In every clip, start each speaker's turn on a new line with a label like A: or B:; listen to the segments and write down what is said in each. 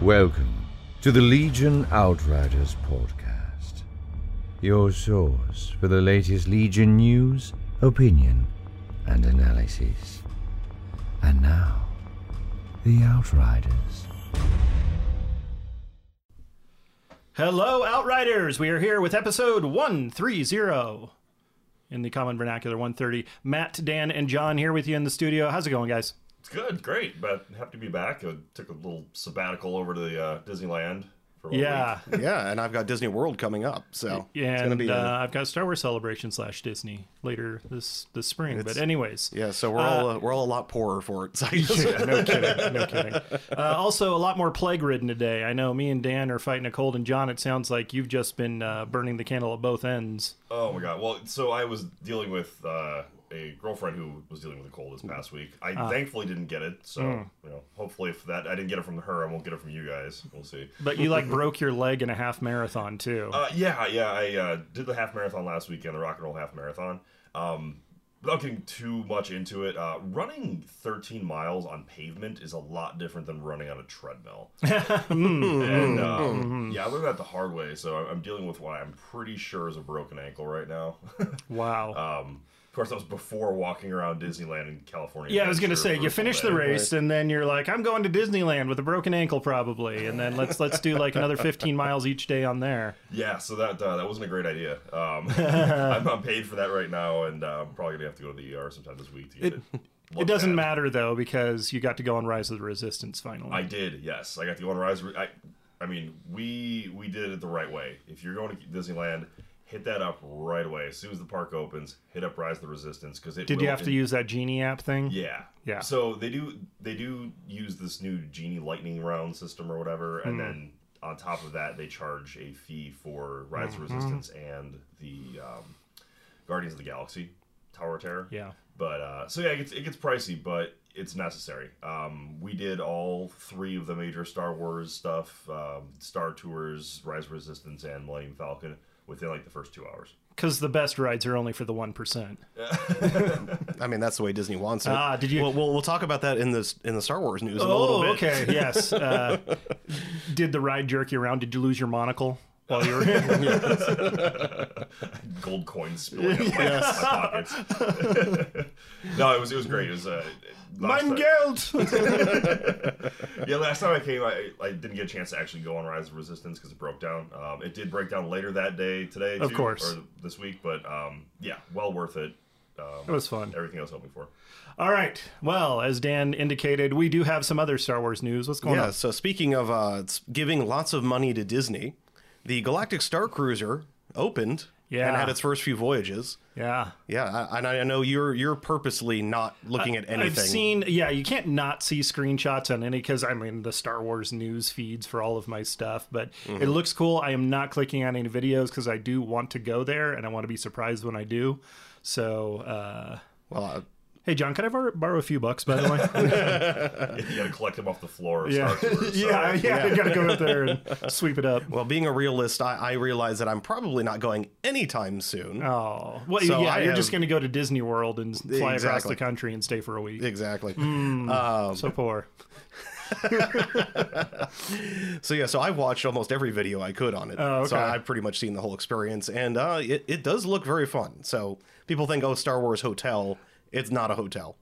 A: Welcome to the Legion Outriders podcast, your source for the latest Legion news, opinion, and analysis. And now, the Outriders.
B: Hello, Outriders! We are here with episode 130 in the common vernacular 130. Matt, Dan, and John here with you in the studio. How's it going, guys?
C: It's good, great, but happy to be back. I took a little sabbatical over to the uh, Disneyland for one
B: Yeah.
C: week.
D: yeah, and I've got Disney World coming up, so it's gonna
B: And
D: be a-
B: uh, I've got a Star Wars celebration slash Disney later this this spring. But anyways,
D: yeah. So we're all uh, we're all a lot poorer for it. So
B: no kidding, no kidding. Uh, also, a lot more plague ridden today. I know me and Dan are fighting a cold, and John, it sounds like you've just been uh, burning the candle at both ends.
C: Oh my god. Well, so I was dealing with uh, a girlfriend who was dealing with a cold this past week. I thankfully didn't get it, so you know, hopefully if that I didn't get it from her, I won't get it from you guys. We'll see.
B: But you like broke your leg in a half marathon too.
C: Uh, yeah, yeah. I uh, did the half marathon last weekend, the rock and roll half marathon. Um, without getting too much into it, uh, running 13 miles on pavement is a lot different than running on a treadmill.
B: Mm-hmm.
C: and um, yeah, I learned that the hard way, so I- I'm dealing with what I'm pretty sure is a broken ankle right now.
B: wow.
C: um, of course, that was before walking around Disneyland in California.
B: Yeah, I was gonna
C: Adventure
B: say
C: for a
B: you
C: full
B: finish the
C: day.
B: race and then you're like, I'm going to Disneyland with a broken ankle probably, and then let's let's do like another 15 miles each day on there.
C: Yeah, so that uh, that wasn't a great idea. Um, I'm, I'm paid for that right now, and uh, I'm probably gonna have to go to the ER sometime this week to get it.
B: It doesn't
C: matter.
B: matter though because you got to go on Rise of the Resistance finally.
C: I did, yes. I got to go on Rise. I, I mean, we we did it the right way. If you're going to Disneyland, hit that up right away as soon as the park opens. Hit up Rise of the Resistance because it.
B: Did you
C: will
B: have to
C: in-
B: use that genie app thing?
C: Yeah,
B: Mm-hmm. Yeah.
C: So they do they do use this new genie lightning round system or whatever,
B: Mm-hmm.
C: and then on top of that they charge a fee for Rise of the
B: Mm-hmm.
C: Resistance and the um, Guardians of the Galaxy Tower of Terror.
B: Yeah.
C: But uh, so yeah, it gets, it gets pricey, but it's necessary. Um, we did all three of the major Star Wars stuff: um, Star Tours, Rise of Resistance, and Millennium Falcon within like the first two hours.
B: Because the best rides are only for the one percent.
D: I mean, that's the way Disney wants it.
B: Ah, did you-
D: We'll, we'll, we'll talk about that in this in the Star Wars news in a little
B: Oh,
D: bit.
B: okay. Yes. Uh, did the ride jerk you around? Did you lose your monocle while you were?
C: Gold coins spilling out my, my pockets. no, it was it was great. It was uh, last
B: Mein
C: night-
B: Geld.
C: yeah, last time I came, I, I didn't get a chance to actually go on Rise of Resistance because it broke down. Um, it did break down later that day, today,
B: Of
C: too,
B: course.
C: or this week. But um, yeah, well worth it.
B: It was fun.
C: Everything I was hoping for.
B: All right. Well, as Dan indicated, we do have some other Star Wars news. What's going
D: Yeah.
B: on?
D: So speaking of uh, s- giving lots of money to Disney, the Galactic Star Cruiser opened
B: Yeah.
D: and had its first few voyages.
B: Yeah.
D: Yeah, I, and I know you're you're purposely not looking at anything.
B: I've seen, yeah, you can't not see screenshots on any because I'm in the Star Wars news feeds for all of my stuff, but
D: Mm-hmm.
B: it looks cool. I am not clicking on any videos because I do want to go there and I want to be surprised when I do. So, uh,
D: well, uh,
B: hey, John, can I borrow, borrow a few bucks, by the way?
C: You gotta collect them off the floor. Of
B: yeah.
C: Star Tours, so-
B: yeah, yeah, I gotta go out there and sweep it up.
D: well, being a realist, I, I realize that I'm probably not going anytime soon.
B: Oh, well,
D: So
B: yeah,
D: I
B: you're
D: have-
B: just gonna go to Disney World and fly across
D: Exactly.
B: the country and stay for a week.
D: Exactly.
B: Hmm. So poor.
D: So yeah, so I watched almost every video I could on it.
B: Oh, okay.
D: So I've pretty much seen the whole experience, and uh, it, it does look very fun. So people think, oh, Star Wars Hotel. It's not a hotel.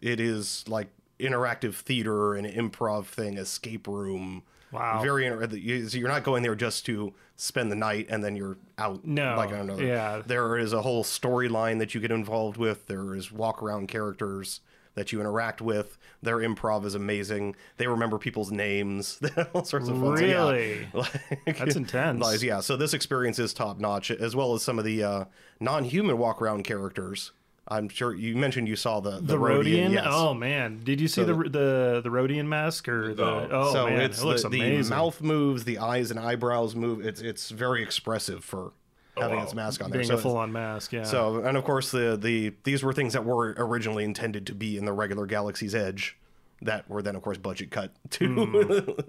D: It is like interactive theater, an improv thing, escape room.
B: Wow.
D: Very inter- you- so you're not going there just to spend the night and then you're out.
B: No,
D: Like I don't know.
B: yeah.
D: There is a whole storyline that you get involved with. There is walk around characters that you interact with. Their improv is amazing. They remember people's names. all sorts of fun. stuff. Yeah.
B: Really?
D: Like-
B: That's intense.
D: Lies, yeah. So this experience is top notch, as well as some of the uh, non-human walk around characters. I'm sure you mentioned you saw the the,
B: The Rodian?
D: yes.
B: Oh man, did you see the the the Rodian mask or the?
C: No.
B: Oh
D: so
B: man,
D: it's
B: it looks
D: the, the
B: amazing.
D: mouth moves, the eyes and eyebrows move. It's it's very expressive for having
C: wow.
D: its mask on there.
B: Oh, Being
D: so
B: a
D: it's-
B: full on mask, yeah.
D: So, and of course, the the these were things that were originally intended to be in the regular Galaxy's Edge, that were then, of course, budget cut to
B: Hmm.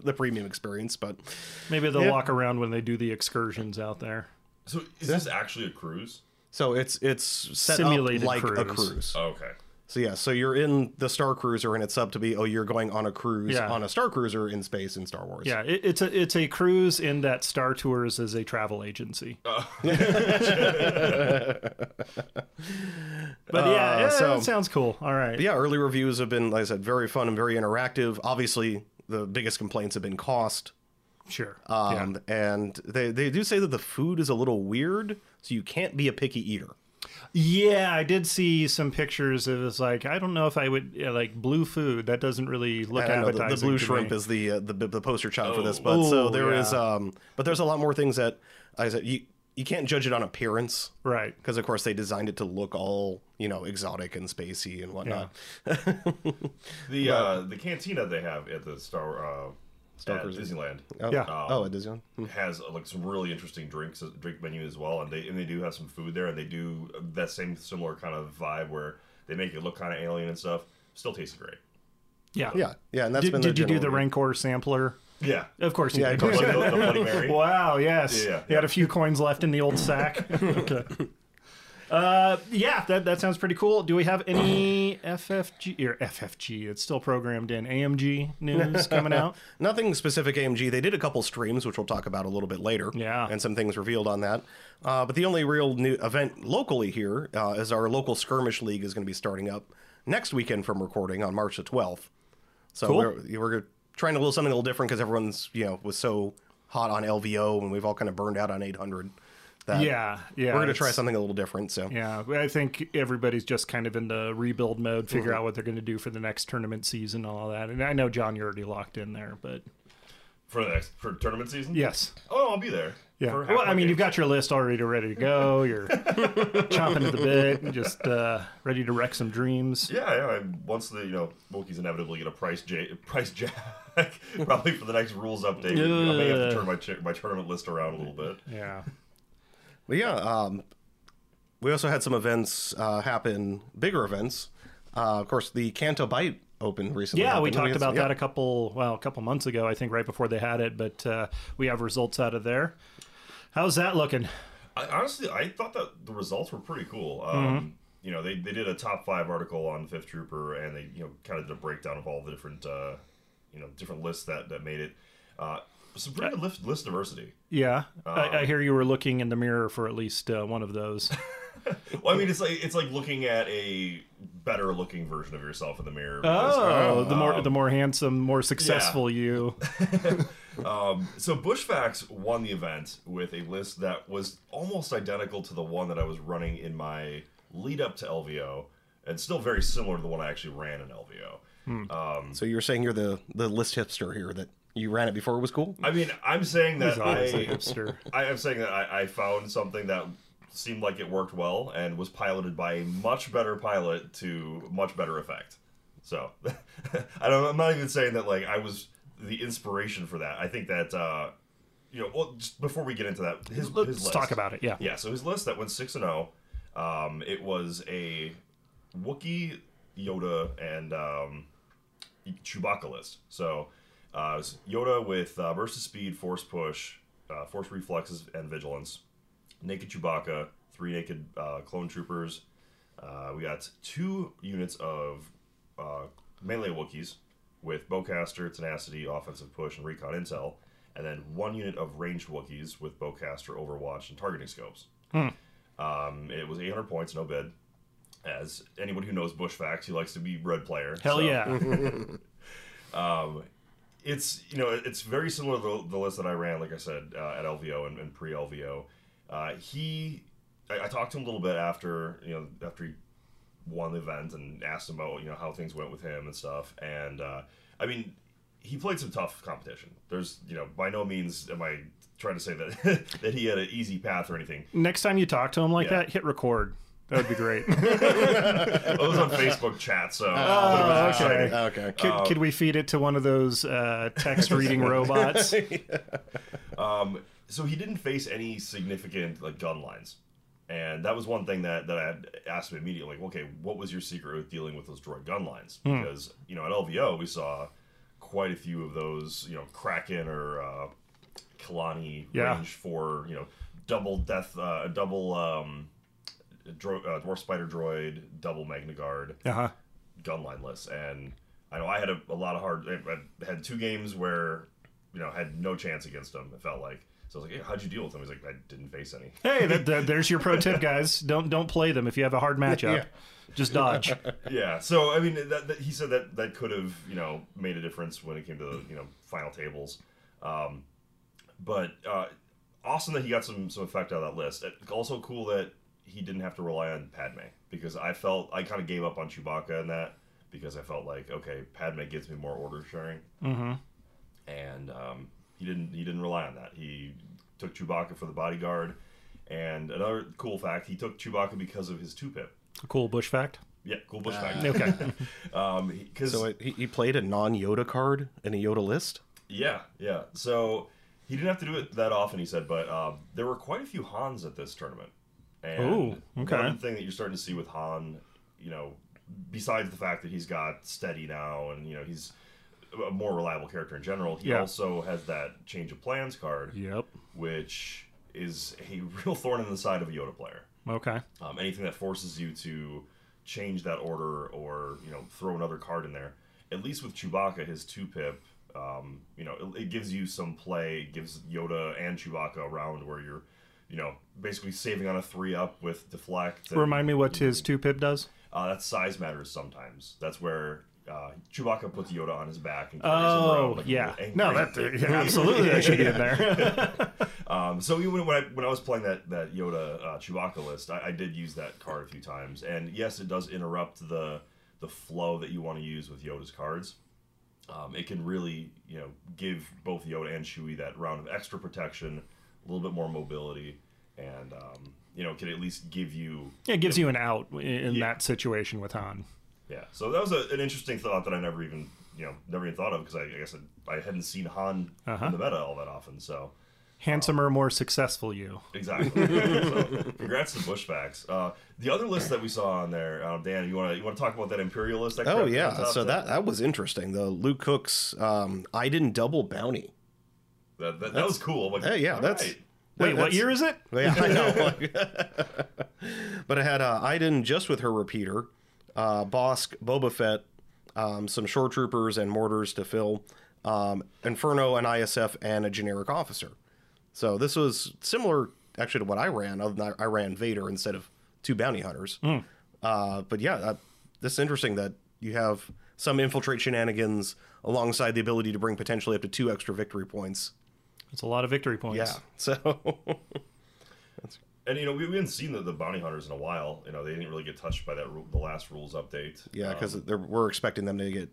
D: the premium experience. But
B: maybe they'll walk around when they do the excursions out there.
C: So is this actually a cruise?
D: so it's it's set
B: Simulated
D: up like a
B: cruise.
D: cruise.
C: Oh, Okay.
D: So yeah, so you're in the Star Cruiser, and it's up to be oh you're going on a cruise
B: Yeah.
D: on a Star Cruiser in space in Star Wars.
B: Yeah, it, it's a it's a cruise in that Star Tours is a travel agency.
D: Oh.
B: but yeah, yeah,
D: Uh, so-
B: that sounds cool. All right.
D: But yeah, early reviews have been, like I said, very fun and very interactive. Obviously, the biggest complaints have been cost.
B: Sure. yeah.
D: Um, And they, they do say that the food is a little weird, so you can't be a picky eater.
B: Yeah, I did see some pictures of it's like I don't know if I would yeah, like blue food. That doesn't really look
D: And I know the-
B: appetizing.
D: the, blue
B: to
D: shrimp
B: me.
D: is the, uh, the the poster child for this,
C: Oh.
D: but so
B: Ooh,
D: there is,
B: yeah.
D: um, but there's a lot more things that like I said you you can't judge it on appearance
B: right.
D: because of course they designed it to look all you know exotic and spacey and whatnot.
C: The uh, the cantina they have at the Star uh,
D: Star
C: at
D: Cruiser.
C: Disneyland
D: Oh,
B: Yeah.
D: oh, it is young.
C: has uh, like some really interesting drinks uh, drink menu as well, and they and they do have some food there, and they do uh, that same similar kind of vibe where they make it look kind of alien and stuff. Still tastes great.
B: Yeah.
D: Yeah, yeah, and that's
B: Did,
D: been
B: did you do the
D: general-
B: Rancor sampler?
C: Yeah.
B: Of course you
D: Yeah,
B: did.
D: of course
C: Like the, the Bloody Mary.
B: Wow, yes.
C: Yeah, yeah.
B: You had a few coins left in the old sack. okay. Uh, yeah, that, that sounds pretty cool. Do we have any FFG or FFG? It's still programmed in AMG news coming out.
D: Nothing specific AMG. They did a couple streams, which we'll talk about a little bit later.
B: Yeah.
D: And some things revealed on that. Uh, but the only real new event locally here uh, is our local skirmish league is going to be starting up next weekend from recording on March the 12th. So
B: Cool.
D: we're, we're trying a little something a little different because everyone's, you know, was so hot on LVO and we've all kind of burned out on 800. That
B: Yeah, yeah.
D: We're going to try
B: it's-
D: something a little different. So
B: Yeah, I think everybody's just kind of in the rebuild mode, figure
D: Mm-hmm.
B: out what they're going to do for the next tournament season, and all that. And I know John, you're already locked in there, but
C: For the next for tournament season.
B: yes,
C: Oh, I'll be there.
B: yeah.
C: For
B: Well,
C: half
B: I
C: my
B: mean, you've
C: games.
B: got your list already ready to go. You're chomping at the bit, and just uh, ready to wreck some dreams.
C: Yeah, yeah. I, once the you know Wookiees inevitably get a price j price jack, probably for the next rules update, I may have to turn my cha- my tournament list around a little bit.
B: Yeah.
D: But yeah, um, we also had some events uh, happen, bigger events. Uh, of course, the Canto Bite Open recently.
B: Yeah, we
D: happened.
B: talked
D: had
B: about
D: some- yeah.
B: that a couple well, a couple months ago, I think, right before they had it. But uh, we have results out of there. How's that looking?
C: I, honestly, I thought that the results were pretty cool. Um, You know, they, they did a top five article on Fifth Trooper, and they you know kind of did a breakdown of all the different uh, you know different lists that that made it. Uh, some pretty good list, list diversity.
B: Yeah, I, I hear you were looking in the mirror for at least uh, one of those.
C: Well, I mean, it's like it's like looking at a better looking version of yourself in the mirror. uh,
B: Oh, the more the more handsome, more successful you.
C: So Bushfax won the event with a list that was almost identical to the one that I was running in my lead up to LVO, and still very similar to the one I actually ran in LVO.
D: So you're saying you're the the list hipster here that you ran it before it was cool.
C: I mean, I'm saying that
B: obviously
C: I,
B: hipster.
C: I am saying that I, I found something that seemed like it worked well and was piloted by a much better pilot to much better effect. So I don't. I'm not even saying that like I was the inspiration for that. I think that uh, you know. Well, just before we get into that, his,
B: Let's
C: his list.
B: talk about it. Yeah.
C: Yeah, so his list that went six and zero, um, it was a Wookiee, Yoda, and um, Chewbacca list. So uh, it was Yoda with uh, burst of speed, force push, uh, force reflexes, and vigilance. Naked Chewbacca, three naked uh, clone troopers. Uh, we got two units of uh, melee Wookiees with bowcaster, tenacity, offensive push, and recon intel, and then one unit of ranged Wookiees with bowcaster, overwatch, and targeting scopes.
B: Hmm.
C: Um, it was 800 points, no bid. As anyone who knows Bush facts, he likes to be red player.
B: Hell
C: so
B: yeah.
C: it's you know it's very similar to the, the list that I ran, like I said uh, at LVO and, and pre LVO. Uh, he, I, I talked to him a little bit after you know after he won the event and asked him about you know how things went with him and stuff. And uh, I mean, he played some tough competition. There's you know by no means am I trying to say that that he had an easy path or anything.
B: Next time you talk to him like
C: Yeah.
B: that, hit record. That would be great.
C: It was on Facebook chat, so
B: Oh, okay.
C: Oh,
D: Okay.
B: Could,
C: Uh,
B: could we feed it to one of those uh, text reading robots?
C: so he didn't face any significant like gun lines and that was one thing that, that i had asked him immediately like okay what was your secret with dealing with those droid gun lines because you know at lvo we saw quite a few of those you know kraken or uh, kalani
B: Yeah.
C: range for you know double death uh, double um dro- uh, Dwarf Spider Droid, Double Magna Guard,
B: Uh huh.
C: Gunline list. And I know I had a, a lot of hard. I, I had two games where, you know, had no chance against him, it felt like. So I was like, yeah, how'd you deal with him? He's like, I didn't face any.
B: Hey, that, that- there's your pro tip, guys. Don't don't play them if you have a hard matchup. Just dodge.
C: yeah. So I mean, that, that, he said that that could have you know made a difference when it came to the you know final tables, um, but uh, awesome that he got some some effect out of that list. It- Also cool that he didn't have to rely on Padme because I felt I kind of gave up on Chewbacca in that because I felt like okay, Padme gives me more order sharing, mm-hmm. and um, he didn't he didn't rely on that. He took Chewbacca for the bodyguard. And another cool fact, he took Chewbacca because of his two pip.
B: Cool bush fact.
C: Yeah, cool bush fact.
B: Okay.
C: Um, because
D: So it, he, he played a non Yoda card in a Yoda list.
C: yeah, yeah. So he didn't have to do it that often. He said, but um, there were quite a few Hans at this tournament. And
B: Ooh, okay.
C: One thing that you're starting to see with Han, you know, besides the fact that he's got steady now, and you know he's a more reliable character in general, he
B: Yeah.
C: also has that change of plans card,
B: Yep.
C: which is a real thorn in the side of a Yoda player.
B: Okay.
C: um, anything that forces you to change that order or you know throw another card in there. At least with Chewbacca, his two pip, um, you know, it, it gives you some play. It gives Yoda and Chewbacca a round where you're, you know, basically saving on a three up with deflect. and-
B: Remind me what his two pip does.
C: Uh, that size matters sometimes. That's where. Uh, Chewbacca puts Yoda on his back and carries him
B: Oh
C: around like a
B: yeah.
C: little angry-
B: No, that absolutely that should be in there.
C: Um, so even when I, when I was playing that that Yoda uh, Chewbacca list, I, I did use that card a few times, and yes, it does interrupt the the flow that you want to use with Yoda's cards. Um, it can really you know give both Yoda and Chewie that round of extra protection, a little bit more mobility, and um, you know can at least give you
B: it gives you an out in, in
C: Yeah.
B: that situation with Han.
C: yeah. So that was a, an interesting thought that I never even you know never even thought of because I, I guess I, I hadn't seen Han in the meta all that often, so.
B: Handsomer, more successful you.
C: Exactly. so, congrats to Bushbacks. Uh, the other list that we saw on there, uh, Dan, you want to you want to talk about that Imperial list? That
D: Oh
C: crept
D: yeah,
C: on top?
D: so that that was interesting. The Luke Cook's um, I didn't double bounty.
C: that, that, that was cool. I'm like,
D: Hey, yeah,
C: all
D: that's
C: right.
B: Wait, what
D: that's-
B: year is it?
D: Yeah, I know. like- but I had uh, Iden just with her repeater, uh, Bosk, Boba Fett, um, some shore troopers and mortars to fill, um, Inferno, an ISF, and a generic officer. So this was similar, actually, to what I ran. Other than I, I ran Vader instead of two bounty hunters. Uh, but yeah, uh, this is interesting that you have some infiltrate shenanigans alongside the ability to bring potentially up to two extra victory points.
B: It's a lot of victory points.
D: Yeah, so.
C: And you know, we, we hadn't seen the, the bounty hunters in a while. You know, they didn't really get touched by that rule, the last rules update.
D: Yeah, because we're expecting them to get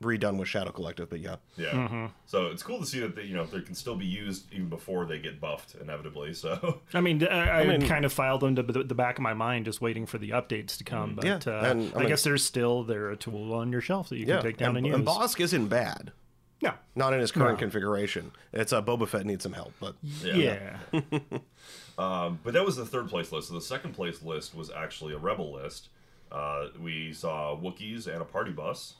D: redone with Shadow Collective, but yeah.
C: Yeah. So it's cool to see that they, you know they can still be used even before they get buffed inevitably. So
B: I mean, I, I
D: mean-
B: kind of filed them to the, the back of my mind, just waiting for the updates to come. But
D: Mm-hmm. Yeah,
B: uh,
D: and, I
B: I,
D: mean-
B: guess there's still they're a tool on your shelf that you can take down and,
D: and,
B: use.
D: and Bosk isn't bad.
B: no,
D: Not in his current configuration. It's uh, Boba Fett needs some help, but
B: yeah,
C: Um, but that was the third place list. So the second place list was actually a rebel list. Uh, we saw Wookiees and a party bus.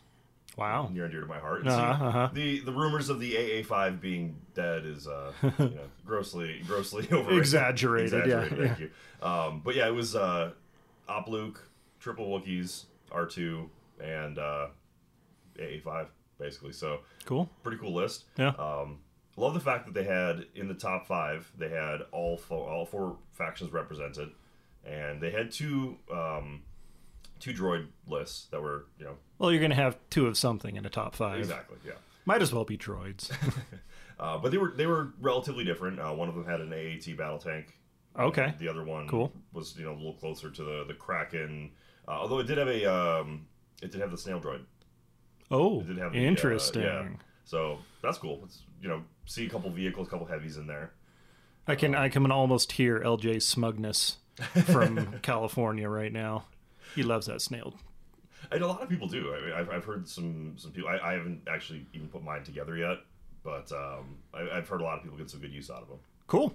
B: wow.
C: near and dear to my heart. And
B: Uh-huh,
C: see,
B: uh-huh.
C: The the rumors of the AA five being dead is uh, you know, grossly grossly over
B: Exaggerated, yeah,
C: Thank you. Um, but yeah, it was uh, Op Luke, triple Wookiees, R two, and uh, AA five basically. So
B: Cool.
C: pretty cool list.
B: Yeah.
C: Um, love the fact that they had in the top five, they had all four, all four factions represented, and they had two um, two droid lists that were you know
B: Well, you're gonna have two of something in a top five.
C: exactly yeah.
B: Might as well be droids.
C: Uh, but they were they were relatively different. Uh, one of them had an AAT battle tank.
B: Okay.
C: The other one
B: Cool.
C: was you know a little closer to the the Kraken. Uh, although it did have a um, it did have the snail droid.
B: Oh,
C: It did have the, uh,
B: interesting.
C: yeah. So that's cool. It's, you know, see a couple vehicles, couple heavies in there.
B: I can I can almost hear LJ's smugness from California right now. He loves that snail.
C: And a lot of people do. I mean, I've, I've heard some some people. I, I haven't actually even put mine together yet, but um, I, I've heard a lot of people get some good use out of them.
B: Cool.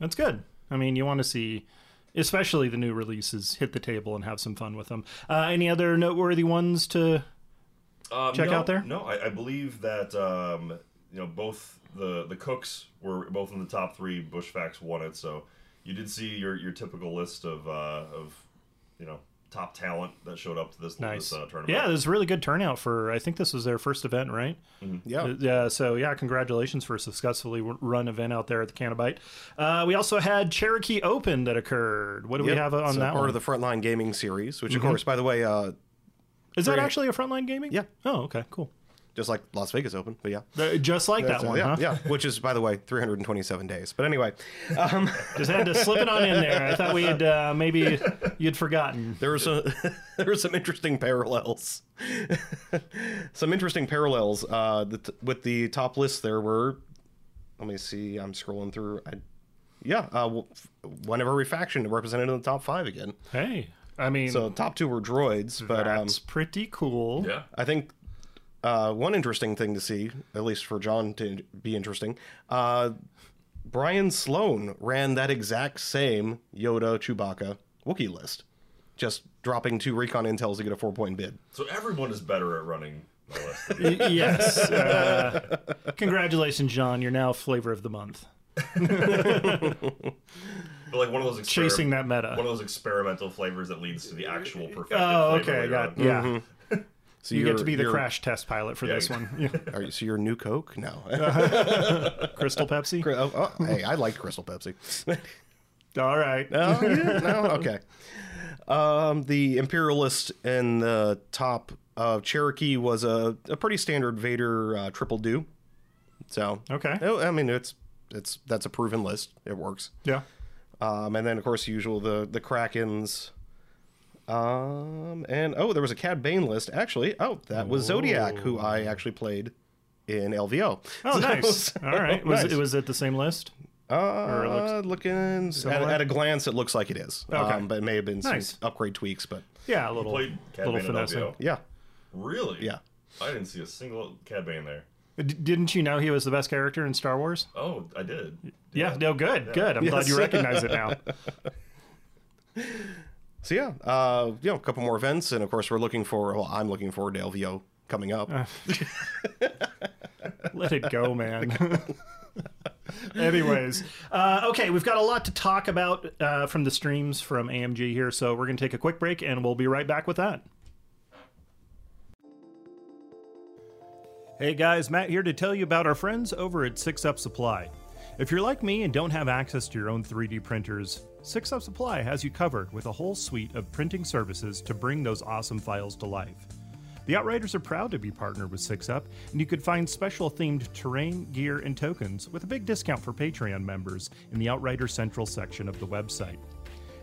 B: That's good. I mean, you want to see, especially the new releases, hit the table and have some fun with them. Uh, any other noteworthy ones to?
C: Um,
B: check
C: no-
B: out there?
C: No, I, I believe that um, you know both the the cooks were both in the top three. Bushfax won it, so you did see your your typical list of uh, of you know top talent that showed up to this,
B: Nice.
C: this uh, tournament.
B: yeah, there's really good turnout for. I think this was their first event, right?
D: Yeah.
B: Uh, Yeah. So yeah, congratulations for a successfully w- run event out there at the Cannabite. Uh, we also had Cherokee Open that occurred. What do
D: Yep,
B: we have on
D: so
B: that
D: part
B: one? Mm-hmm.
D: of the Frontline Gaming series, which of course, by the way, uh,
B: Is that actually a frontline gaming?
D: Yeah.
B: Oh, okay, cool.
D: just like Las Vegas Open, but yeah,
B: Uh, Just like that
D: So,
B: one,
D: yeah,
B: huh?
D: yeah, which is by the way 327 days. But anyway, um,
B: Just had to slip it on in there. I thought we had uh, maybe you'd forgotten.
D: there were some there were some interesting parallels, some interesting parallels uh, the t- with the top list. There were, let me see, I'm scrolling through. I, yeah, uh, w- one of every faction represented in the top five again.
B: Hey, I mean,
D: So the top two were droids, but um,
B: that's pretty cool.
C: yeah.
D: I think uh, one interesting thing to see, at least for John to be interesting, uh, Brian Sloan ran that exact same Yoda Chewbacca Wookiee list, just dropping two recon intels to get a four point bid.
C: So everyone is better at running my list. than me.
B: Y- yes. Uh, congratulations, John. You're now flavor of the month.
C: but like one of those experim-
B: Chasing that
C: one of
B: meta.
C: those experimental flavors that leads to the actual perfect.
B: Oh, okay. Got, yeah.
D: So
B: You
D: you're-
B: get to be the
D: you're-
B: crash test pilot for this one. Yeah.
D: Are you, so you're new Coke? No.
B: Crystal Pepsi.
D: oh, oh, hey, I like Crystal Pepsi.
B: All right.
D: Oh, yeah, no, okay. Um, the Imperialist in the top of Cherokee was a, a pretty standard Vader uh, triple do. So
B: Okay.
D: Oh, I mean it's it's that's a proven list. It works.
B: Yeah.
D: Um, and then of course the usual the the Krakens. Um, and oh, there was a Cad Bane list actually. Oh, that was Zodiac, who I actually played in LVO.
B: Oh,
D: So-
B: nice.
D: so-
B: All right. Was,
D: nice.
B: it was it the same list? it looks
D: Uh, looking at,
B: similar?
D: at a glance, it looks like it is.
B: Okay.
D: Um, but it may have been
B: Nice.
D: some upgrade tweaks, but
B: Yeah, a little,
C: Played Cad
B: little
C: Bane and
B: finesse.
C: LVO.
D: yeah,
C: Really?
D: Yeah.
C: I didn't see a single Cad Bane there.
B: Didn't you know he was the best character in Star Wars?
C: Oh, I did.
B: Yeah, no, good, good. I'm glad you
D: Yes.
B: recognize it now.
D: So yeah, uh, you know, a couple more events, and of course, we're looking for. Well, I'm looking forward to LVO coming up.
B: Uh. Let it go, man. Anyways, uh, okay, we've got a lot to talk about uh, from the streams from AMG here, so we're going to take a quick break and we'll be right back with that. Hey guys, Matt here to tell you about our friends over at Six Up Supply. If you're like me and don't have access to your own 3D printers, Six Up Supply has you covered with a whole suite of printing services to bring those awesome files to life. The Outriders are proud to be partnered with 6UP, and you could find special themed terrain, gear, and tokens with a big discount for Patreon members in the Outrider Central section of the website.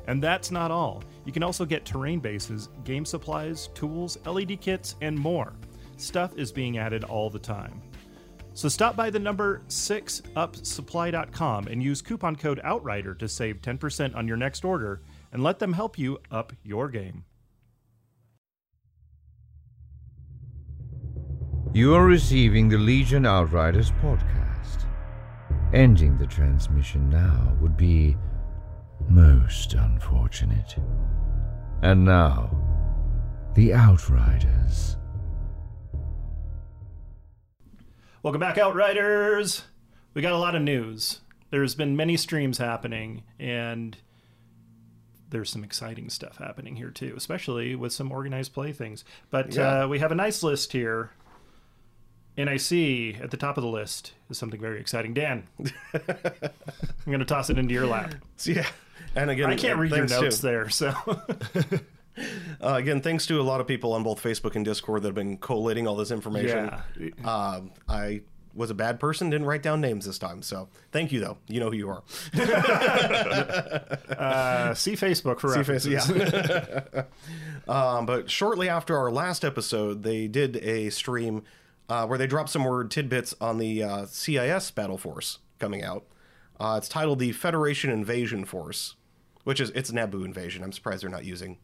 B: And that's not all. You can also get terrain bases, game supplies, tools, LED kits, and more. Stuff is being added all the time. So stop by the number 6upsupply.com and use coupon code OUTRIDER to save 10% on your next order and let them help you up your game.
A: You are receiving the Legion Outriders podcast. Ending the transmission now would be most unfortunate. And now, the Outriders.
B: Welcome back, Outriders. We got a lot of news. There's been many streams happening, and there's some exciting stuff happening here too, especially with some organized play things. But
D: Yeah.
B: uh, we have a nice list here, and I see at the top of the list is something very exciting. Dan, I'm going to toss it into your lap.
D: So, yeah, and again,
B: I can't read your
D: thanks to-
B: notes there, so
D: uh, again, thanks to a lot of people on both Facebook and Discord that have been collating all this information.
B: yeah,
D: Um, I was a bad person, didn't write down names this time, so thank you though. You know who you are.
B: uh, see Facebook for
D: Two
B: references.
D: faces, yeah. um, but shortly after our last episode, they did a stream uh, where they dropped some more tidbits on the uh, CIS Battle Force coming out. Uh, it's titled the Federation Invasion Force, which is it's Naboo invasion. I'm surprised they're not using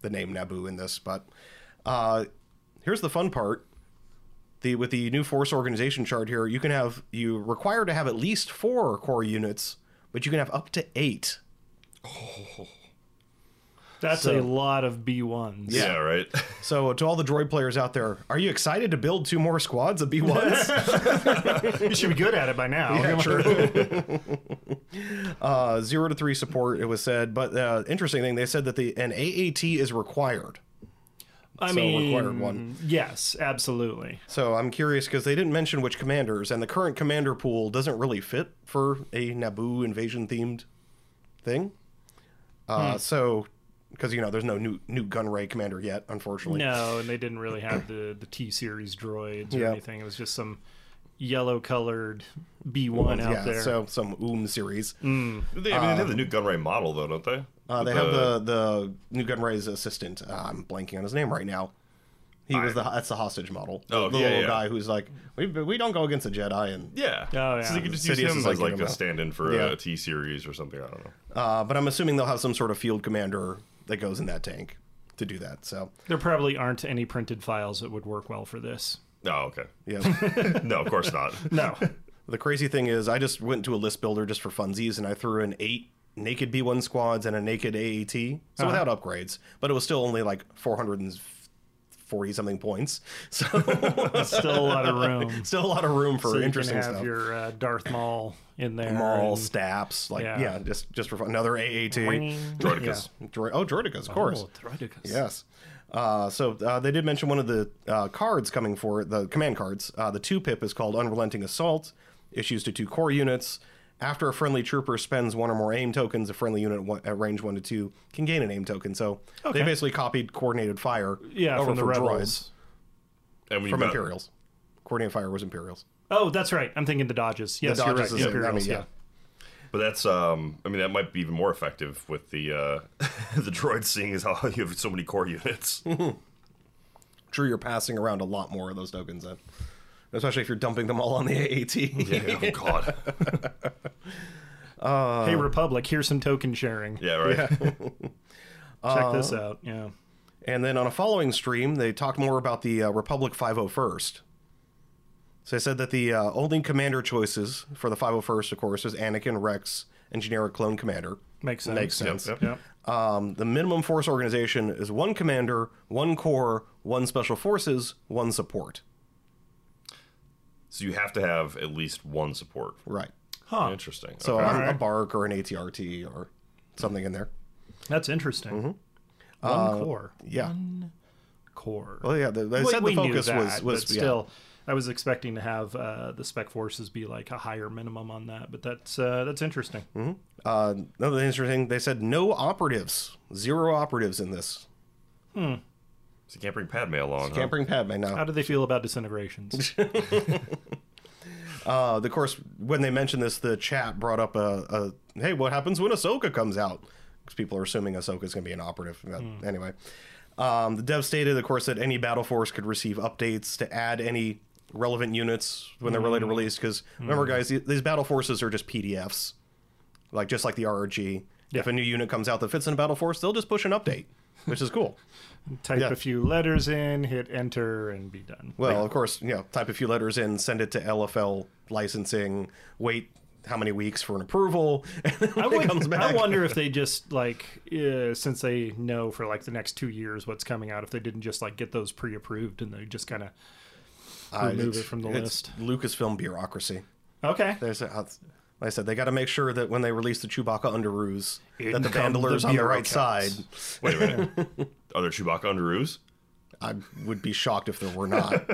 D: the name Naboo in this, but uh, here's the fun part. The, with the new force organization chart here, you can have you require to have at least four core units, but you can have up to eight.
B: That's a lot of B1s.
C: Yeah, right.
D: So to all the droid players out there, are you excited to build two more squads of B1s?
B: You should be good at it by now.
D: uh, zero to three support, it was said. But uh, interesting thing, they said that the an AAT is required.
B: I
D: So
B: mean,
D: required one.
B: yes, absolutely.
D: So I'm curious because they didn't mention which commanders, and the current commander pool doesn't really fit for a Naboo invasion themed thing. Uh,
B: Hmm.
D: So because you know there's no new new Gunray commander yet, unfortunately.
B: No, and they didn't really have the the T series droids or
D: Yeah.
B: anything. It was just some yellow colored B1 out
D: yeah,
B: there.
D: so some Oom series.
C: They, I mean, they have the new Gunray model though, don't they?
D: Um, Uh, they
C: With
D: have the the new Gunray's assistant. Uh, I'm blanking on his name right now. He was the that's the hostage model. The-
C: Oh,
D: the
C: yeah,
D: little
C: yeah.
D: guy who's like we we don't go against the Jedi and
C: yeah.
B: Oh,
C: So
B: yeah.
C: they could just use
D: Sidious
C: him as
D: is like
C: like,
D: in a
C: a
D: mo-
C: stand-in for
D: Yeah.
C: a T series or something. I don't know.
D: uh, but I'm assuming they'll have some sort of field commander that goes in that tank to do that. So
B: there probably aren't any printed files that would work well for this.
C: No, Oh, okay.
D: yeah.
C: No, of course not.
B: No.
D: The crazy thing is, I just went to a list builder just for funsies, and I threw in eight naked B1 squads and a naked AAT, so without upgrades, but it was still only like 440 something points. So
B: Still a lot of room.
D: still a lot of room for
B: So
D: interesting
B: you can have
D: stuff.
B: your uh, Darth Maul in there.
D: Maul,
B: and-
D: Staps, like yeah.
B: Yeah.
D: just just for fun. another AAT.
C: Droidicus.
D: Droid- oh, Droidicus, of course.
B: Oh, Droidicus.
D: Yes. Uh, so uh, they did mention one of the uh, cards coming for it, the command cards. Uh, the two pip is called Unrelenting Assault. Issues to two core units. After a friendly trooper spends one or more aim tokens, a friendly unit one, at range one to two can gain an aim token. So they
B: Okay.
D: basically copied coordinated fire
B: Yeah,
D: over
B: from the
D: from
B: Rebels.
C: And we
D: droids from
C: got-
D: Imperials. Coordinated fire was Imperials.
B: Oh, that's right. I'm thinking the Dodges. Yes,
D: Dodges is- I
B: you're
D: mean,
B: right. Imperials,
D: yeah.
B: yeah.
C: But that's um I mean that might be even more effective with the uh the droid seeing as how you have so many core units.
D: True, you're passing around a lot more of those tokens, then. especially if you're dumping them all on the AAT.
C: Yeah, oh god.
B: Hey, Republic, here's some token sharing.
C: Yeah, right.
B: Check this
D: Uh,
B: out. Yeah.
D: And then on a following stream, they talked more about the uh, Republic 501st. So they said that the uh, only commander choices for the 501st, of course, was Anakin, Rex, and generic clone commander.
B: Makes sense.
D: Makes sense.
C: Yep,
B: Yep.
D: Um, the minimum force organization is one commander, one corps, one special forces, one support.
C: So you have to have at least one support.
D: Right.
B: Huh.
C: Interesting.
D: So
C: Okay.
D: I'm a bark or an ATRT or something in there.
B: That's interesting.
D: Mm-hmm.
B: One core.
D: Yeah.
B: One core.
D: Well, yeah. They, they
B: We-
D: Uh, said
B: we
D: the
B: knew
D: focus
B: that,
D: was was
B: but
D: yeah.
B: still. I was expecting to have uh, the spec forces be like a higher minimum on that, but that's uh, that's interesting.
D: Uh, another interesting. They said no operatives, zero operatives in this.
C: So you can't bring Padme along.
D: Can't bring Padme now.
B: How do they feel about disintegrations?
D: Uh, of course, when they mentioned this, the chat brought up a, a hey, what happens when Ahsoka comes out? Because people are assuming Ahsoka's going to be an operative. But Anyway, um, the dev stated, of course, that any battle force could receive updates to add any relevant units when they're ready to release. Because remember, guys, th- these battle forces are just PDFs, like just like the RRG. If a new unit comes out that fits in a battle force, they'll just push an update, which is cool.
B: Type
D: Yeah.
B: a few letters in, hit enter, and be done.
D: Well, of course, you know, type a few letters in, send it to LFL licensing, wait how many weeks for an approval, and then when
B: I,
D: it
B: would-
D: comes back.
B: I wonder if they just like uh, since they know for like the next two years what's coming out, if they didn't just like get those pre-approved and they just kind of
D: Uh,
B: remove
D: it's-
B: it from the
D: it's
B: list.
D: Lucasfilm bureaucracy.
B: Okay.
D: There's, a, like I said, they got to make sure that when they release the Chewbacca underoos,
B: In
D: that the
B: come the
D: Vandalur's on the right
B: bureaucrats.
D: side.
C: Wait a minute. Are there Chewbacca underoos?
D: I would be shocked if there were not.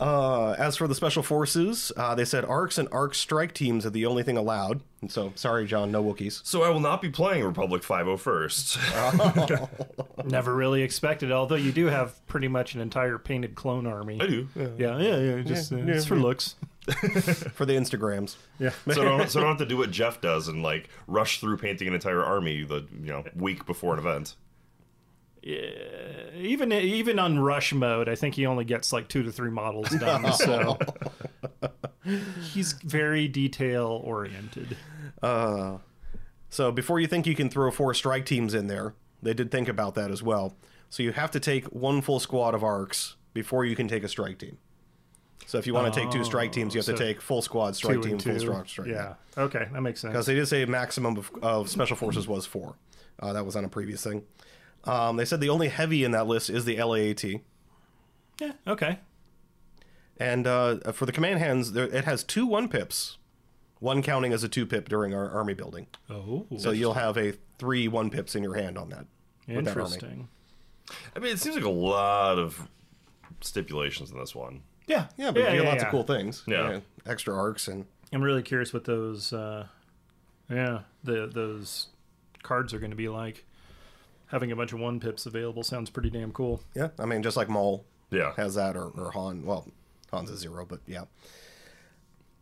D: uh, as for the special forces, uh, they said arcs and arc strike teams are the only thing allowed. And so, sorry, John, no Wookiees.
C: So I will not be playing Republic 501st.
B: Never really expected. Although you do have pretty much an entire painted clone army.
C: I do.
B: Oh, Yeah, yeah, yeah. Just uh, it's for looks.
D: For the Instagrams.
B: Yeah.
C: So I don't, so I don't have to do what Jeff does and like rush through painting an entire army the you know week before an event.
B: Even even on rush mode, I think he only gets like two to three models done. So he's very detail oriented.
D: So before you think you can throw four strike teams in there, they did think about that as well. So you have to take one full squad of arcs before you can take a strike team. So if you want to take two strike teams, you have
B: Oh, so
D: to take full squad
B: Two
D: strike
B: and
D: team, full
B: two.
D: strike strike.
B: Yeah. Okay, that makes sense.
D: Because they did say maximum of, of special forces was four. Uh, that was on a previous thing. Um, they said the only heavy in that list is the LAAT.
B: Yeah. Okay.
D: And uh, for the command hands, there, it has two one pips, one counting as a two pip during our army building.
B: Oh,
D: So you'll have a three one pips in your hand on that. with that army.
B: interesting.
C: I mean, it seems like a lot of stipulations in this one.
B: Yeah.
D: Yeah, but you get lots of cool things.
C: Yeah.
D: Extra arcs and
B: I'm really curious what those, uh, yeah, the those cards are going to be like. Having a bunch of one pips available sounds pretty damn cool.
D: yeah, I mean just like Maul
C: Yeah.
D: has that or, or Han. Well, Han's a zero, but yeah.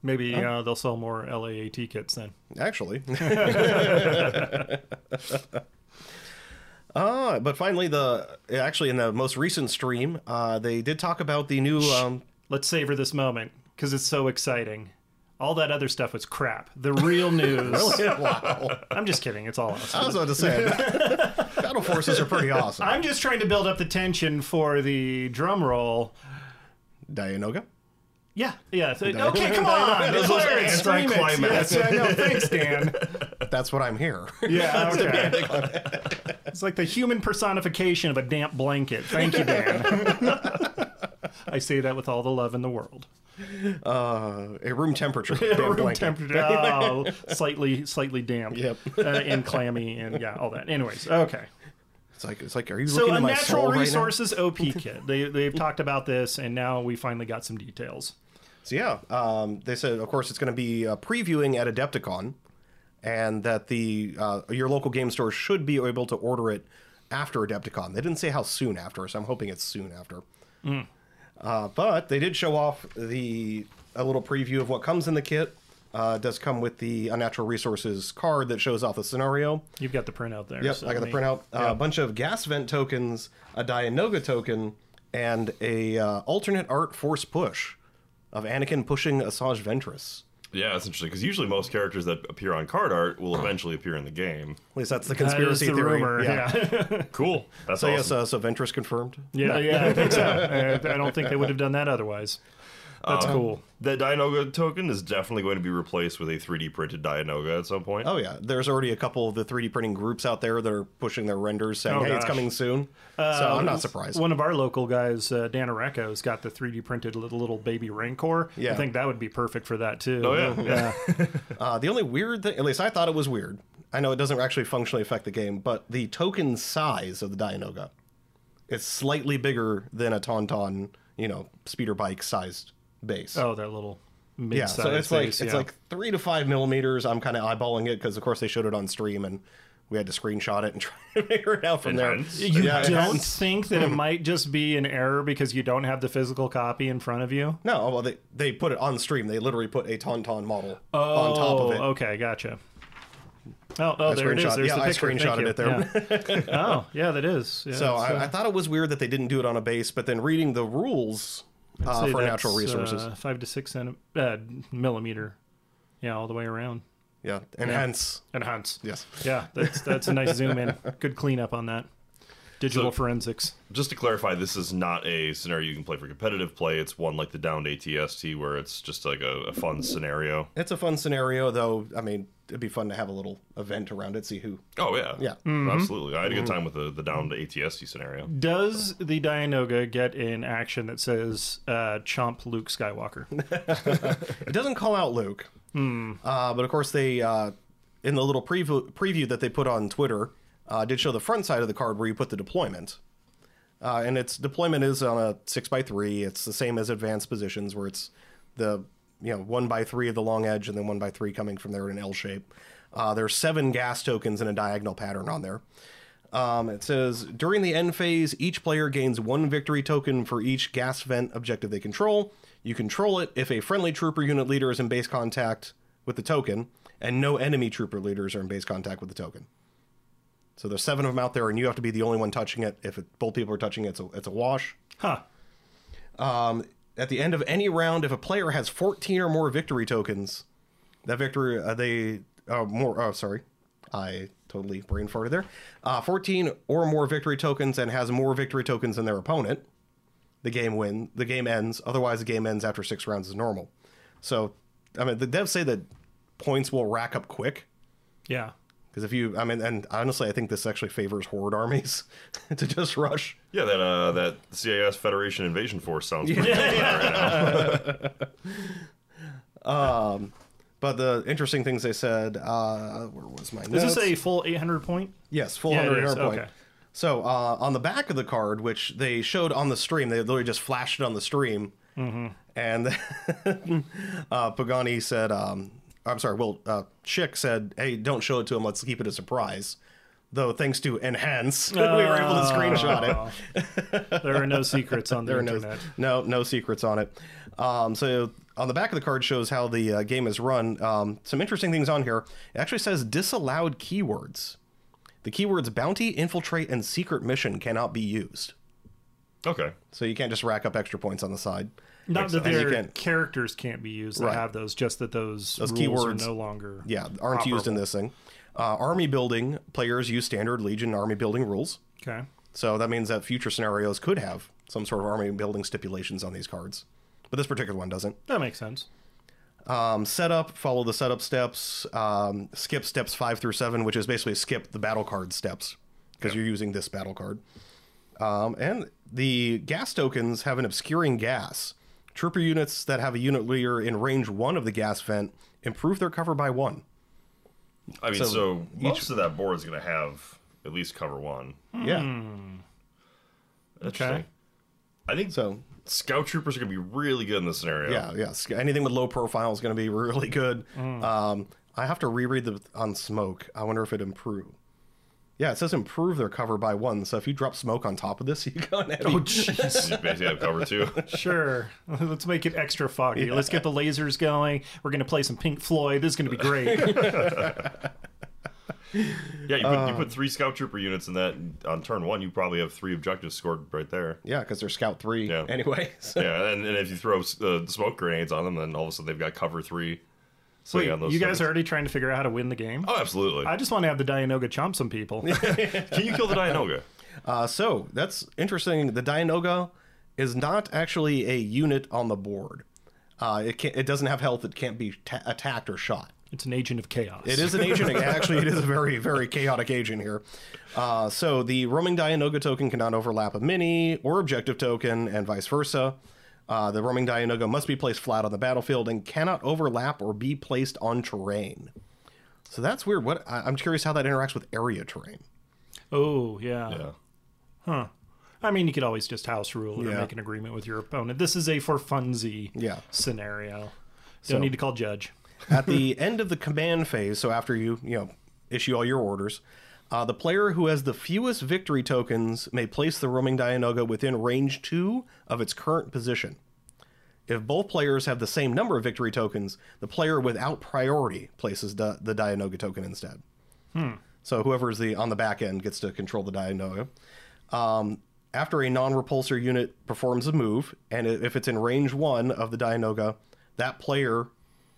B: Maybe
C: Oh.
B: uh, they'll sell more LAAT kits then.
D: Actually. Uh, but finally, the actually in the most recent stream, uh, they did talk about the new um,
B: Let's savor this moment because it's so exciting. All that other stuff was crap. The real news.
D: wow.
B: I'm just kidding. It's all awesome.
D: I was about to say, battle forces are pretty awesome.
B: I'm just trying to build up the tension for the drum roll.
D: Dianoga.
B: Yeah, yeah. so- okay, come on.
C: This was
B: Clarence, scream it.
C: anticlimax.
B: Yes, I know. Thanks, Dan.
D: That's what I'm here.
B: Yeah, okay. it's like the human personification of a damp blanket. Thank you, Dan. I say that with all the love in the world.
D: Uh, a room temperature. damn
B: room
D: blanket.
B: temperature, oh, slightly, slightly damp,
D: Yep.
B: uh, and clammy, and yeah, all that. Anyways, okay.
D: It's like it's like. Are you
B: So,
D: looking
B: a
D: at my soul
B: natural
D: right now?
B: resources OP kit. They they've talked about this, and now we finally got some details.
D: So yeah, um, they said of course it's going to be uh, previewing at Adepticon, and that the uh, your local game store should be able to order it after Adepticon. They didn't say how soon after, so I'm hoping it's soon after. Uh, but they did show off the a little preview of what comes in the kit. Uh, it does come with the unnatural resources card that shows off the scenario.
B: You've got the printout there.
D: Yep,
B: so
D: I got the
B: me-
D: printout. Uh, A bunch of gas vent tokens, a Dianoga token, and a uh, alternate art force push of Anakin pushing Asajj Ventress.
C: Yeah, that's interesting because usually most characters that appear on card art will eventually appear in the game.
D: At least that's the
B: That is
D: conspiracy
B: the
D: theory.
B: rumor. Yeah.
C: Cool. That's
D: So
C: awesome.
D: yes, uh, so Ventress confirmed.
B: Yeah, yeah, I think so. I, I don't think they would have done that otherwise. That's
D: Um,
B: cool.
C: The Dianoga token is definitely going to be replaced with a 3D printed Dianoga at some point.
D: Oh yeah, there's already a couple of the 3D printing groups out there that are pushing their renders, saying,
B: Oh,
D: "Hey,
B: gosh.
D: it's
B: Uh,
D: coming soon." so I'm not surprised.
B: One of our local guys, uh, Dan Areco's got the 3D printed little, little baby Rancor.
D: Yeah.
B: I think that would be perfect for that too.
C: Oh, yeah.
D: Uh, the only weird thing, at least I thought it was weird. I know it doesn't actually functionally affect the game, but the token size of the Dianoga is slightly bigger than a Tauntaun, you know, speeder bike sized base.
B: Oh, that little mid
D: yeah, so it's like it's like three to five millimeters. I'm kind of eyeballing it because, of course, they showed it on stream and we had to screenshot it and try to figure it out from there.
C: Enhance.
B: you
D: Yeah, it
B: don't
D: has-
B: think that it might just be an error because you don't have the physical copy in front of you?
D: No, well, they they put it on stream. They literally put a Tauntaun model on top of it.
B: Oh, okay, gotcha. Oh, oh, there it
D: screenshot-
B: is. There's
D: yeah,
B: the
D: I
B: picture. Thank
D: screenshotted
B: you.
D: it there.
B: Yeah. oh, yeah, that is. Yeah,
D: So
B: it's, uh,
D: I, I thought it was weird that they didn't do it on a base, but then reading the rules uh,
B: say
D: for
B: that's,
D: natural resources,
B: uh, five to six centi- uh, millimeter. Yeah, all the way around.
D: yeah, and hence,
B: And Hans.
D: yes,
B: Yeah, that's that's a nice zoom in. Good cleanup on that. Digital
C: So-
B: forensics.
C: Just to clarify, this is not a scenario you can play for competitive play. It's one like the downed ATST where it's just like a, a fun scenario.
D: it's a fun scenario though. I mean, it'd be fun to have a little event around it, see who.
C: Oh, yeah.
D: Yeah.
C: Absolutely. I had a good time with the, the downed ATST scenario.
B: Does the Dianoga get an action that says uh, "Chomp Luke Skywalker"?
D: It doesn't call out Luke,
B: Hmm.
D: uh, but of course they uh, in the little preview preview that they put on Twitter uh, did show the front side of the card where you put the deployment. Uh, and its deployment is on a six by three. It's the same as advanced positions, where it's the you know one by three of the long edge, and then one by three coming from there in an L shape. Uh, there's seven gas tokens in a diagonal pattern on there. Um, it says during the end phase, each player gains one victory token for each gas vent objective they control. You control it if a friendly trooper unit leader is in base contact with the token, and no enemy trooper leaders are in base contact with the token. So there's seven of them out there, and you have to be the only one touching it. If it, both people are touching it, it's a, it's a wash.
B: Huh.
D: At the end of any round, if a player has 14 or more victory tokens, that victory uh, they uh, more. Oh, sorry, I totally brain farted there. Uh, 14 or more victory tokens and has more victory tokens than their opponent the game win the game ends. Otherwise, the game ends after six rounds as normal. So, I mean, the devs say that points will rack up quick
B: Yeah.
D: because if you, I mean, and honestly, I think this actually favors horde armies to just rush.
C: Yeah, that uh, that CIS Federation Invasion Force sounds pretty good right now.
D: But the interesting things they said, uh, where was my?
B: Is
D: notes?
B: this a full 800 point?
D: Yes, full
B: Yeah, it
D: 100
B: is.
D: hard point.
B: Okay.
D: So uh, on the back of the card, which they showed on the stream, they literally just flashed it on the stream.
B: Mm-hmm.
D: And uh, Pagani said, um, I'm sorry, well, uh, Chick said, hey, don't show it to him. Let's keep it a surprise. Though, thanks to Enhance, we were able
B: Ah.
D: to screenshot it.
B: There are no secrets on the
D: There are
B: internet.
D: No, no, no secrets on it. Um, so on the back of the card shows how the uh, game is run. Um, some interesting things on here. It actually says disallowed keywords. The keywords bounty, infiltrate, and secret mission cannot be used.
C: Okay.
D: So you can't just rack up extra points on the side.
B: Not that
D: sense. You
B: their
D: can't-
B: characters can't be used that
D: Right.
B: have those, just that those,
D: Those
B: rules
D: keywords-
B: are no longer.
D: Yeah, aren't used in this thing. Uh, army building players use standard Legion army building rules.
B: Okay.
D: So that means that future scenarios could have some sort of army building stipulations on these cards, but this particular one doesn't.
B: That makes sense.
D: um, setup, follow the setup steps, um, skip steps five through seven, which is basically skip the battle card steps because you're using this battle card. Um, and the gas tokens have an obscuring gas. Trooper units that have a unit leader in range one of the gas vent improve their cover by one.
C: I mean,
D: So
C: so, most of that board is going to have at least cover one.
D: Yeah.
C: Interesting. I think
D: So
C: scout troopers are going to be really good in this scenario.
D: yeah, yeah. sk- Anything with low profile is going to be really good. Um, I have to reread the on smoke. I wonder if it improve. Yeah, it says improve their cover by one. So if you drop smoke on top of this, you go ahead. Oh,
C: You basically have cover two.
B: Sure. Let's make it extra foggy. Let's get the lasers going. We're going to play some Pink Floyd. This is going to be great.
C: Yeah, you put, you put three scout trooper units in that and on turn one. You probably have three objectives scored right there.
D: Yeah, because they're Scout Three
C: Yeah.
D: anyway. So.
C: Yeah, and, and if you throw uh, smoke grenades on them, then all of a sudden they've got cover three. So
B: Wait,
C: yeah, those
B: you guys
C: things.
B: are already trying to figure out how to win the game?
C: Oh, absolutely.
B: I just want to have the Dianoga chomp some people.
C: Can you kill the Dianoga?
D: Uh, so that's interesting. The Dianoga is not actually a unit on the board. Uh, it can't, it doesn't have health. It can't be ta- attacked or shot.
B: it's an agent of chaos.
D: It is an agent. actually, it is a very very chaotic agent here. Uh, so the roaming Dianoga token cannot overlap a mini or objective token, and vice versa. Uh, the roaming Dianoga must be placed flat on the battlefield and cannot overlap or be placed on terrain. So that's weird. What I, I'm curious how that interacts with area terrain.
B: Oh, yeah.
C: Yeah.
B: I mean, you could always just house rule or
D: Yeah.
B: make an agreement with your opponent. This is a for funsy
D: Yeah.
B: scenario. Don't need to call judge.
D: At the end of the command phase, so after you you know issue all your orders, uh, the player who has the fewest victory tokens may place the roaming Dianoga within range two of its current position. If both players have the same number of victory tokens, the player without priority places the, the Dianoga token instead. So whoever's the on the back end gets to control the Dianoga. Um, after a non-repulsor unit performs a move, and i- if it's in range one of the Dianoga, that player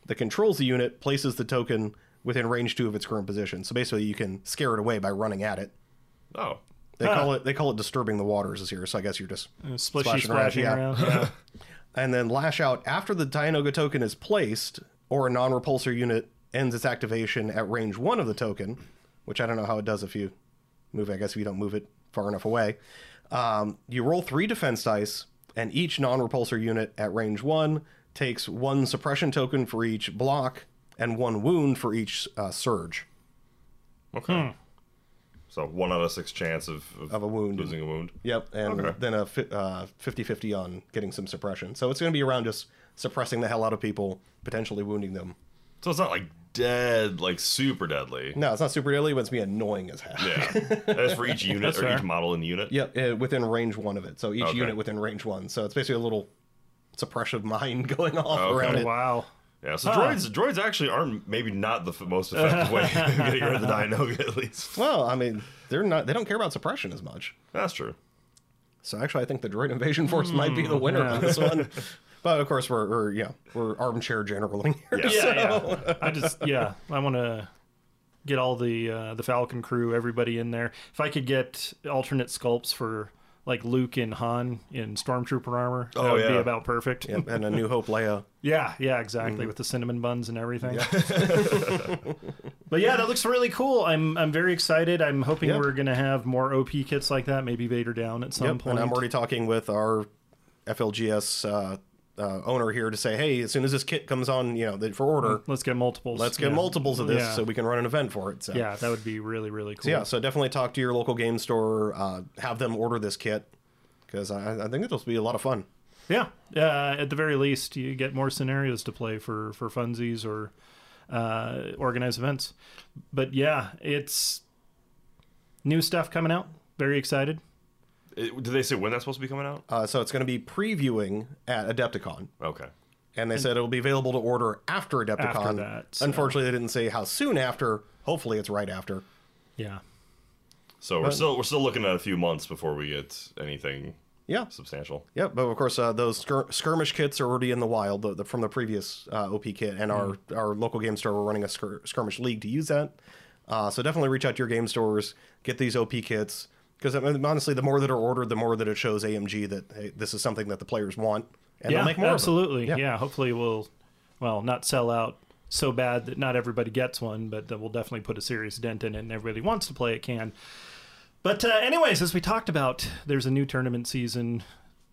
D: that controls the unit places the token within range two of its current position. So basically, you can scare it away by running at it.
C: Oh.
D: They call it they call it disturbing the waters is here. So I guess you're just
B: Splishy
D: Splashing
B: splashing,
D: around, yeah.
B: around. Yeah.
D: and then lash out after the Dianoga token is placed or a non-repulsor unit ends its activation at range one of the token, which I don't know how it does if you move. it. I guess if you don't move it far enough away, um, you roll three defense dice, and each non-repulsor unit at range one takes one suppression token for each block and one wound for each uh, surge.
B: Hmm.
C: Okay. So one out of six chance of, of,
D: Of a wound.
C: losing a wound.
D: Yep, and
C: Okay.
D: then a fi- uh, 50-50 on getting some suppression. So it's going to be around just suppressing the hell out of people, potentially wounding them.
C: So it's not like dead, like super deadly.
D: No, it's not super deadly, but it's being annoying as hell.
C: Yeah. That's for each unit
B: That's
C: or
B: fair.
C: each model in the unit.
D: Yep, uh, within range one of it. So each
C: Okay.
D: unit within range one. So it's basically a little suppressive mine going off
C: Okay.
D: around it.
B: wow.
C: Yeah, so droids droids actually are maybe not the f- most effective way of getting rid of the Dianoga, at least.
D: Well, I mean, they're not. They don't care about suppression as much.
C: That's true.
D: So actually, I think the droid invasion force might be the
B: Hmm,
D: winner on this one. But of course, we're, we're yeah, we're armchair generaling here.
C: Yeah.
B: Yeah, yeah. I just yeah, I want to get all the uh, the Falcon crew, everybody in there. If I could get alternate sculpts for like Luke and Han in stormtrooper armor. That
C: Oh,
B: would be
C: yeah.
B: about perfect.
D: Yep, Mm-hmm. and a New Hope Leia.
B: Yeah, yeah, exactly. With the cinnamon buns and everything. but yeah, that looks really cool. I'm I'm very excited. I'm hoping
D: Yep.
B: we're gonna have more OP kits like that. Maybe Vader down at some
D: Yep,
B: point.
D: and I'm already talking with our FLGS uh, uh, owner here to say, hey, as soon as this kit comes on, you know, that- for order,
B: Let's get multiples.
D: let's get
B: Mm-hmm. Yeah.
D: multiples of this
B: Yeah.
D: so we can run an event for it. So
B: Yeah, that would be really really cool.
D: So, yeah, so definitely talk to your local game store, uh, have them order this kit because I, I think it'll be a lot of fun.
B: Yeah, uh, at the very least, you get more scenarios to play for for funsies or uh, organized events. But yeah, it's new stuff coming out. Very excited.
C: It- did they say when that's supposed to be coming out?
D: Uh, so it's going to be previewing at Adepticon,
C: Okay.
D: and they said it'll be available to order after Adepticon.
B: After that, so-
D: Unfortunately, they didn't say how soon after. Hopefully, it's right after.
B: Yeah,
C: So we're still we're still looking at a few months before we get anything
D: Yeah.
C: substantial.
D: Yeah, but of course, uh, those skir- skirmish kits are already in the wild the, the, from the previous uh, OP kit, and our,
B: Mm-hmm.
D: our local game store we're running a skir- skirmish league to use that. Uh, so definitely reach out to your game stores, get these OP kits, because I mean, honestly, the more that are ordered, the more that it shows AMG that hey, this is something that the players want, and
B: yeah,
D: they'll make more. of them.
B: absolutely.
D: Yeah.
B: Yeah. hopefully we'll, well, not sell out so bad that not everybody gets one, but that we'll definitely put a serious dent in it, and everybody wants to play it can. But uh, anyways, as we talked about, there's a new tournament season,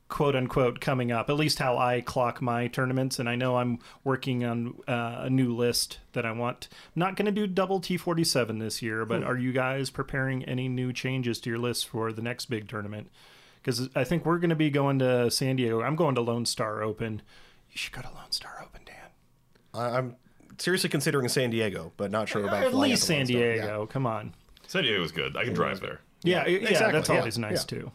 B: quote unquote, coming up. At least how I clock my tournaments, and I know I'm working on uh, a new list that I want. I'm not going to do double T47 this year, but
D: Hmm.
B: are you guys preparing any new changes to your list for the next big tournament? Because I think we're going to be going to San Diego. I'm going to Lone Star Open. You should go to Lone Star Open, Dan.
D: I, I'm seriously considering San Diego, but not sure about
B: At
D: flying
B: least
D: out to
B: San
D: Lone Star. Yeah.
B: Diego. Come on.
C: San Diego's good. I can drive there.
B: Yeah, yeah,
D: exactly,
B: that's
D: yeah,
B: always nice
D: yeah.
B: too.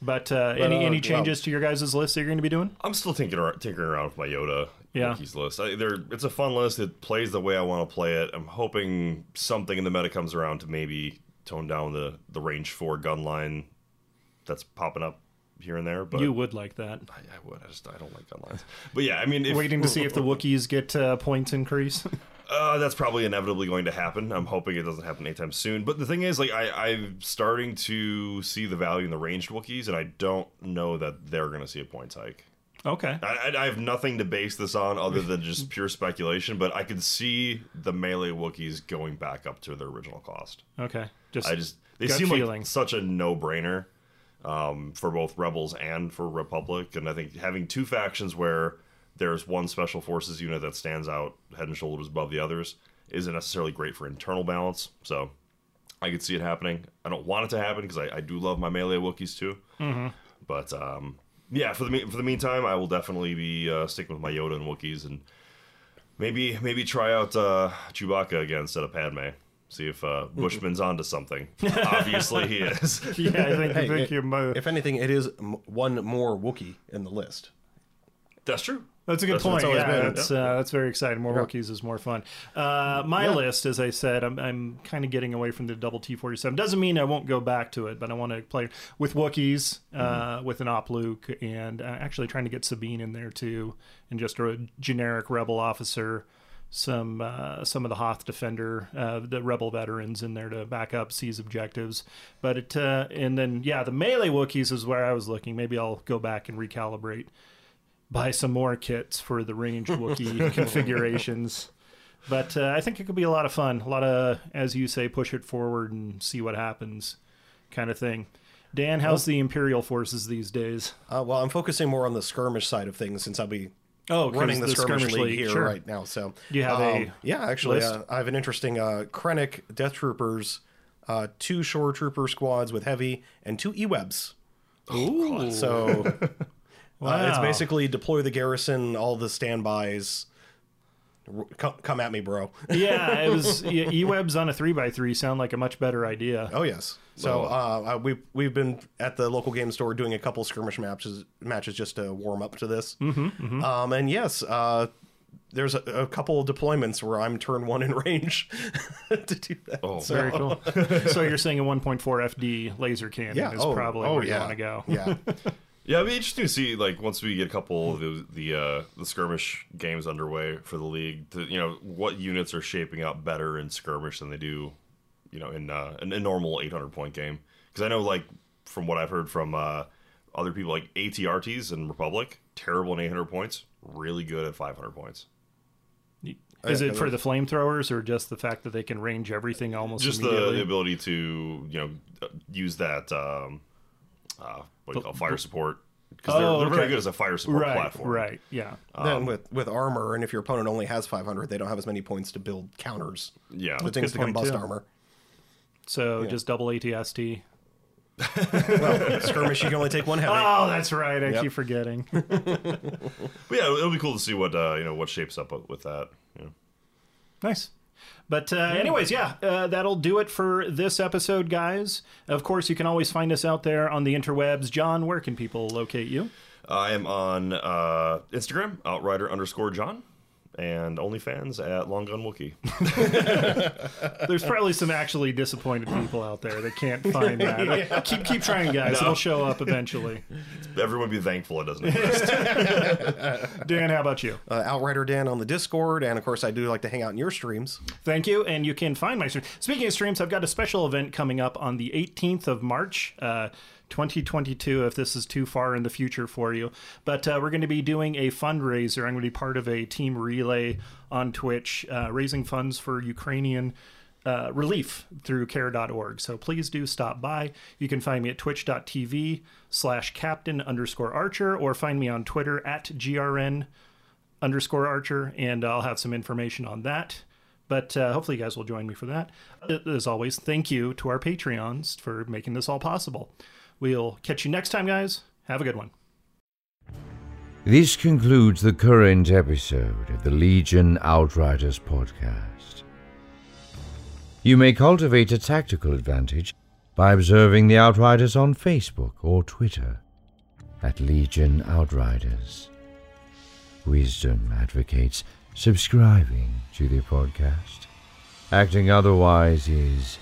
B: But, uh, any
D: uh,
B: any
D: well-
B: changes to your guys' list that you're going to be doing?
C: I'm still tinkering around, tinkering around with my Yoda
B: Yeah.
C: Wookiees list. I, they're, it's a fun list. It plays the way I want to play it. I'm hoping something in the meta comes around to maybe tone down the, the range four gun line that's popping up here and there. But
B: You would like that.
C: I, I would. I just I don't like gun lines. But yeah, I mean, if,
B: Waiting to see if the Wookiees get uh, points increase.
C: Uh, that's probably inevitably going to happen. I'm hoping it doesn't happen anytime soon. But the thing is, like, I, I'm starting to see the value in the ranged Wookiees, and I don't know that they're going to see a points hike.
B: okay.
C: I, I- I have nothing to base this on other than just pure speculation, but I could see the melee Wookiees going back up to their original cost.
B: Okay. Just,
C: I just they
B: Gut
C: seem
B: feeling.
C: like such a no brainer um, for both rebels and for Republic, and I think having two factions where there's one special forces unit that stands out head and shoulders above the others isn't necessarily great for internal balance. So I could see it happening. I don't want it to happen because I, I do love my melee Wookiees too.
B: Mm-hmm.
C: But um, yeah, for the me- for the meantime, I will definitely be uh, sticking with my Yoda and Wookiees, and maybe maybe try out uh, Chewbacca again instead of Padme. See if uh, Bushman's onto something. Obviously, he is.
B: yeah, I think, I
D: Hey,
B: think
D: i-
B: you're mo-
D: If anything, it is m- one more Wookiee in the list.
C: That's true.
B: That's a good
C: That's what
B: point.
C: it's always
B: yeah,
C: been.
B: that's, uh, that's very exciting. More Wookiees is more fun. Uh, my list, as I said, I'm, I'm kind of getting away from the double T47. Doesn't mean I won't go back to it, but I want to play with Wookiees,
C: Mm-hmm.
B: uh, with an Op Luke, and uh, actually trying to get Sabine in there too, and just a generic Rebel officer, some uh, some of the Hoth Defender, uh, the Rebel veterans in there to back up, seize objectives. But it, uh, and then, yeah, the melee Wookiees is where I was looking. Maybe I'll go back and recalibrate buy some more kits for the ranged Wookiee configurations. But uh, I think it could be a lot of fun. A lot of, as you say, push it forward and see what happens kind of thing. Dan, how's the Imperial forces these days?
D: Uh, well, I'm focusing more on the skirmish side of things since I'll be
B: Oh, 'cause
D: running the, skirmish, league, here
B: sure.
D: right now. So
B: Do you have a
D: yeah, actually,
B: list?
D: uh, I have an interesting uh, Krennic Death Troopers, uh, two Shore Trooper squads with heavy, and two Ewebs. Ooh. So uh, it's
B: Wow.
D: basically deploy the garrison, all the standbys. R- Come, come at me, bro.
B: yeah, it was yeah, Ewebs on a three by three sound like a much better idea.
D: Oh yes. So uh, uh, we've we've been at the local game store doing a couple skirmish matches matches just to warm up to this. Mm-hmm, Um, and yes, uh, there's a, a couple of deployments where I'm turn one in range to do that.
C: Oh,
D: So-
B: Very cool. so you're saying a 1.4 FD laser cannon
D: yeah.
B: is
D: oh,
B: probably
D: oh,
B: where
D: yeah.
B: you want to go.
D: Yeah.
C: Yeah, it'd be interesting to see like once we get a couple of the the, uh, the skirmish games underway for the league. To, you know what units are shaping up better in skirmish than they do, you know, in uh, in a normal 800 point game. Because I know like from what I've heard from uh, other people like ATRTs and Republic, terrible in 800 points, really good at 500 points.
B: Is
D: yeah,
B: it for the flamethrowers or just the fact that they can range everything almost
C: Just the,
B: immediately?
C: the ability to you know uh, use that um, uh, what do you call it, fire support because they're,
B: Oh,
C: they're very
B: okay.
C: good as a fire support
B: right,
C: platform.
B: right, yeah.
D: then with with armor, and if your opponent only has 500, they don't have as many points to build counters.
C: Yeah.
D: the things that
B: good
D: can
B: point,
D: bust
B: too.
D: armor.
B: So just double ATST.
D: Skirmish, you can only take one heavy.
B: Oh, that's right. I
D: Yep.
B: keep forgetting.
C: But yeah, it'll be cool to see what uh, you know what shapes up with- with that. You know.
B: Nice. But, uh, anyways, yeah, uh, that'll do it for this episode, guys. Of course, you can always find us out there on the interwebs. John, where can people locate you?
C: I am on uh, Instagram, Outrider underscore John, and OnlyFans at Long Gun Wookie.
B: There's probably some actually disappointed people out there that can't find that. Keep keep trying, guys. It'll show up eventually.
C: Everyone be thankful it doesn't exist.
B: Dan, how about you?
D: Uh, Outrider Dan on the Discord, and of course, I do like to hang out in your streams.
B: Thank you, and you can find my stream. Speaking of streams, I've got a special event coming up on the 18th of March, uh, 2022. If this is too far in the future for you, but uh, we're going to be doing a fundraiser. I'm going to be part of a team relay on Twitch, uh, raising funds for Ukrainian. Uh, relief through care.org. So please do stop by. You can find me at twitch.tv slash captain underscore archer or find me on Twitter at grn underscore archer and i'll have some information on that but uh, hopefully you guys will join me for that as always thank you to our patreons for making this all possible we'll catch you next time guys have a good one
A: This concludes the current episode of the Legion Outriders podcast. You may cultivate a tactical advantage by observing the Outriders on Facebook or Twitter at Legion Outriders. Wisdom advocates subscribing to the podcast. Acting otherwise is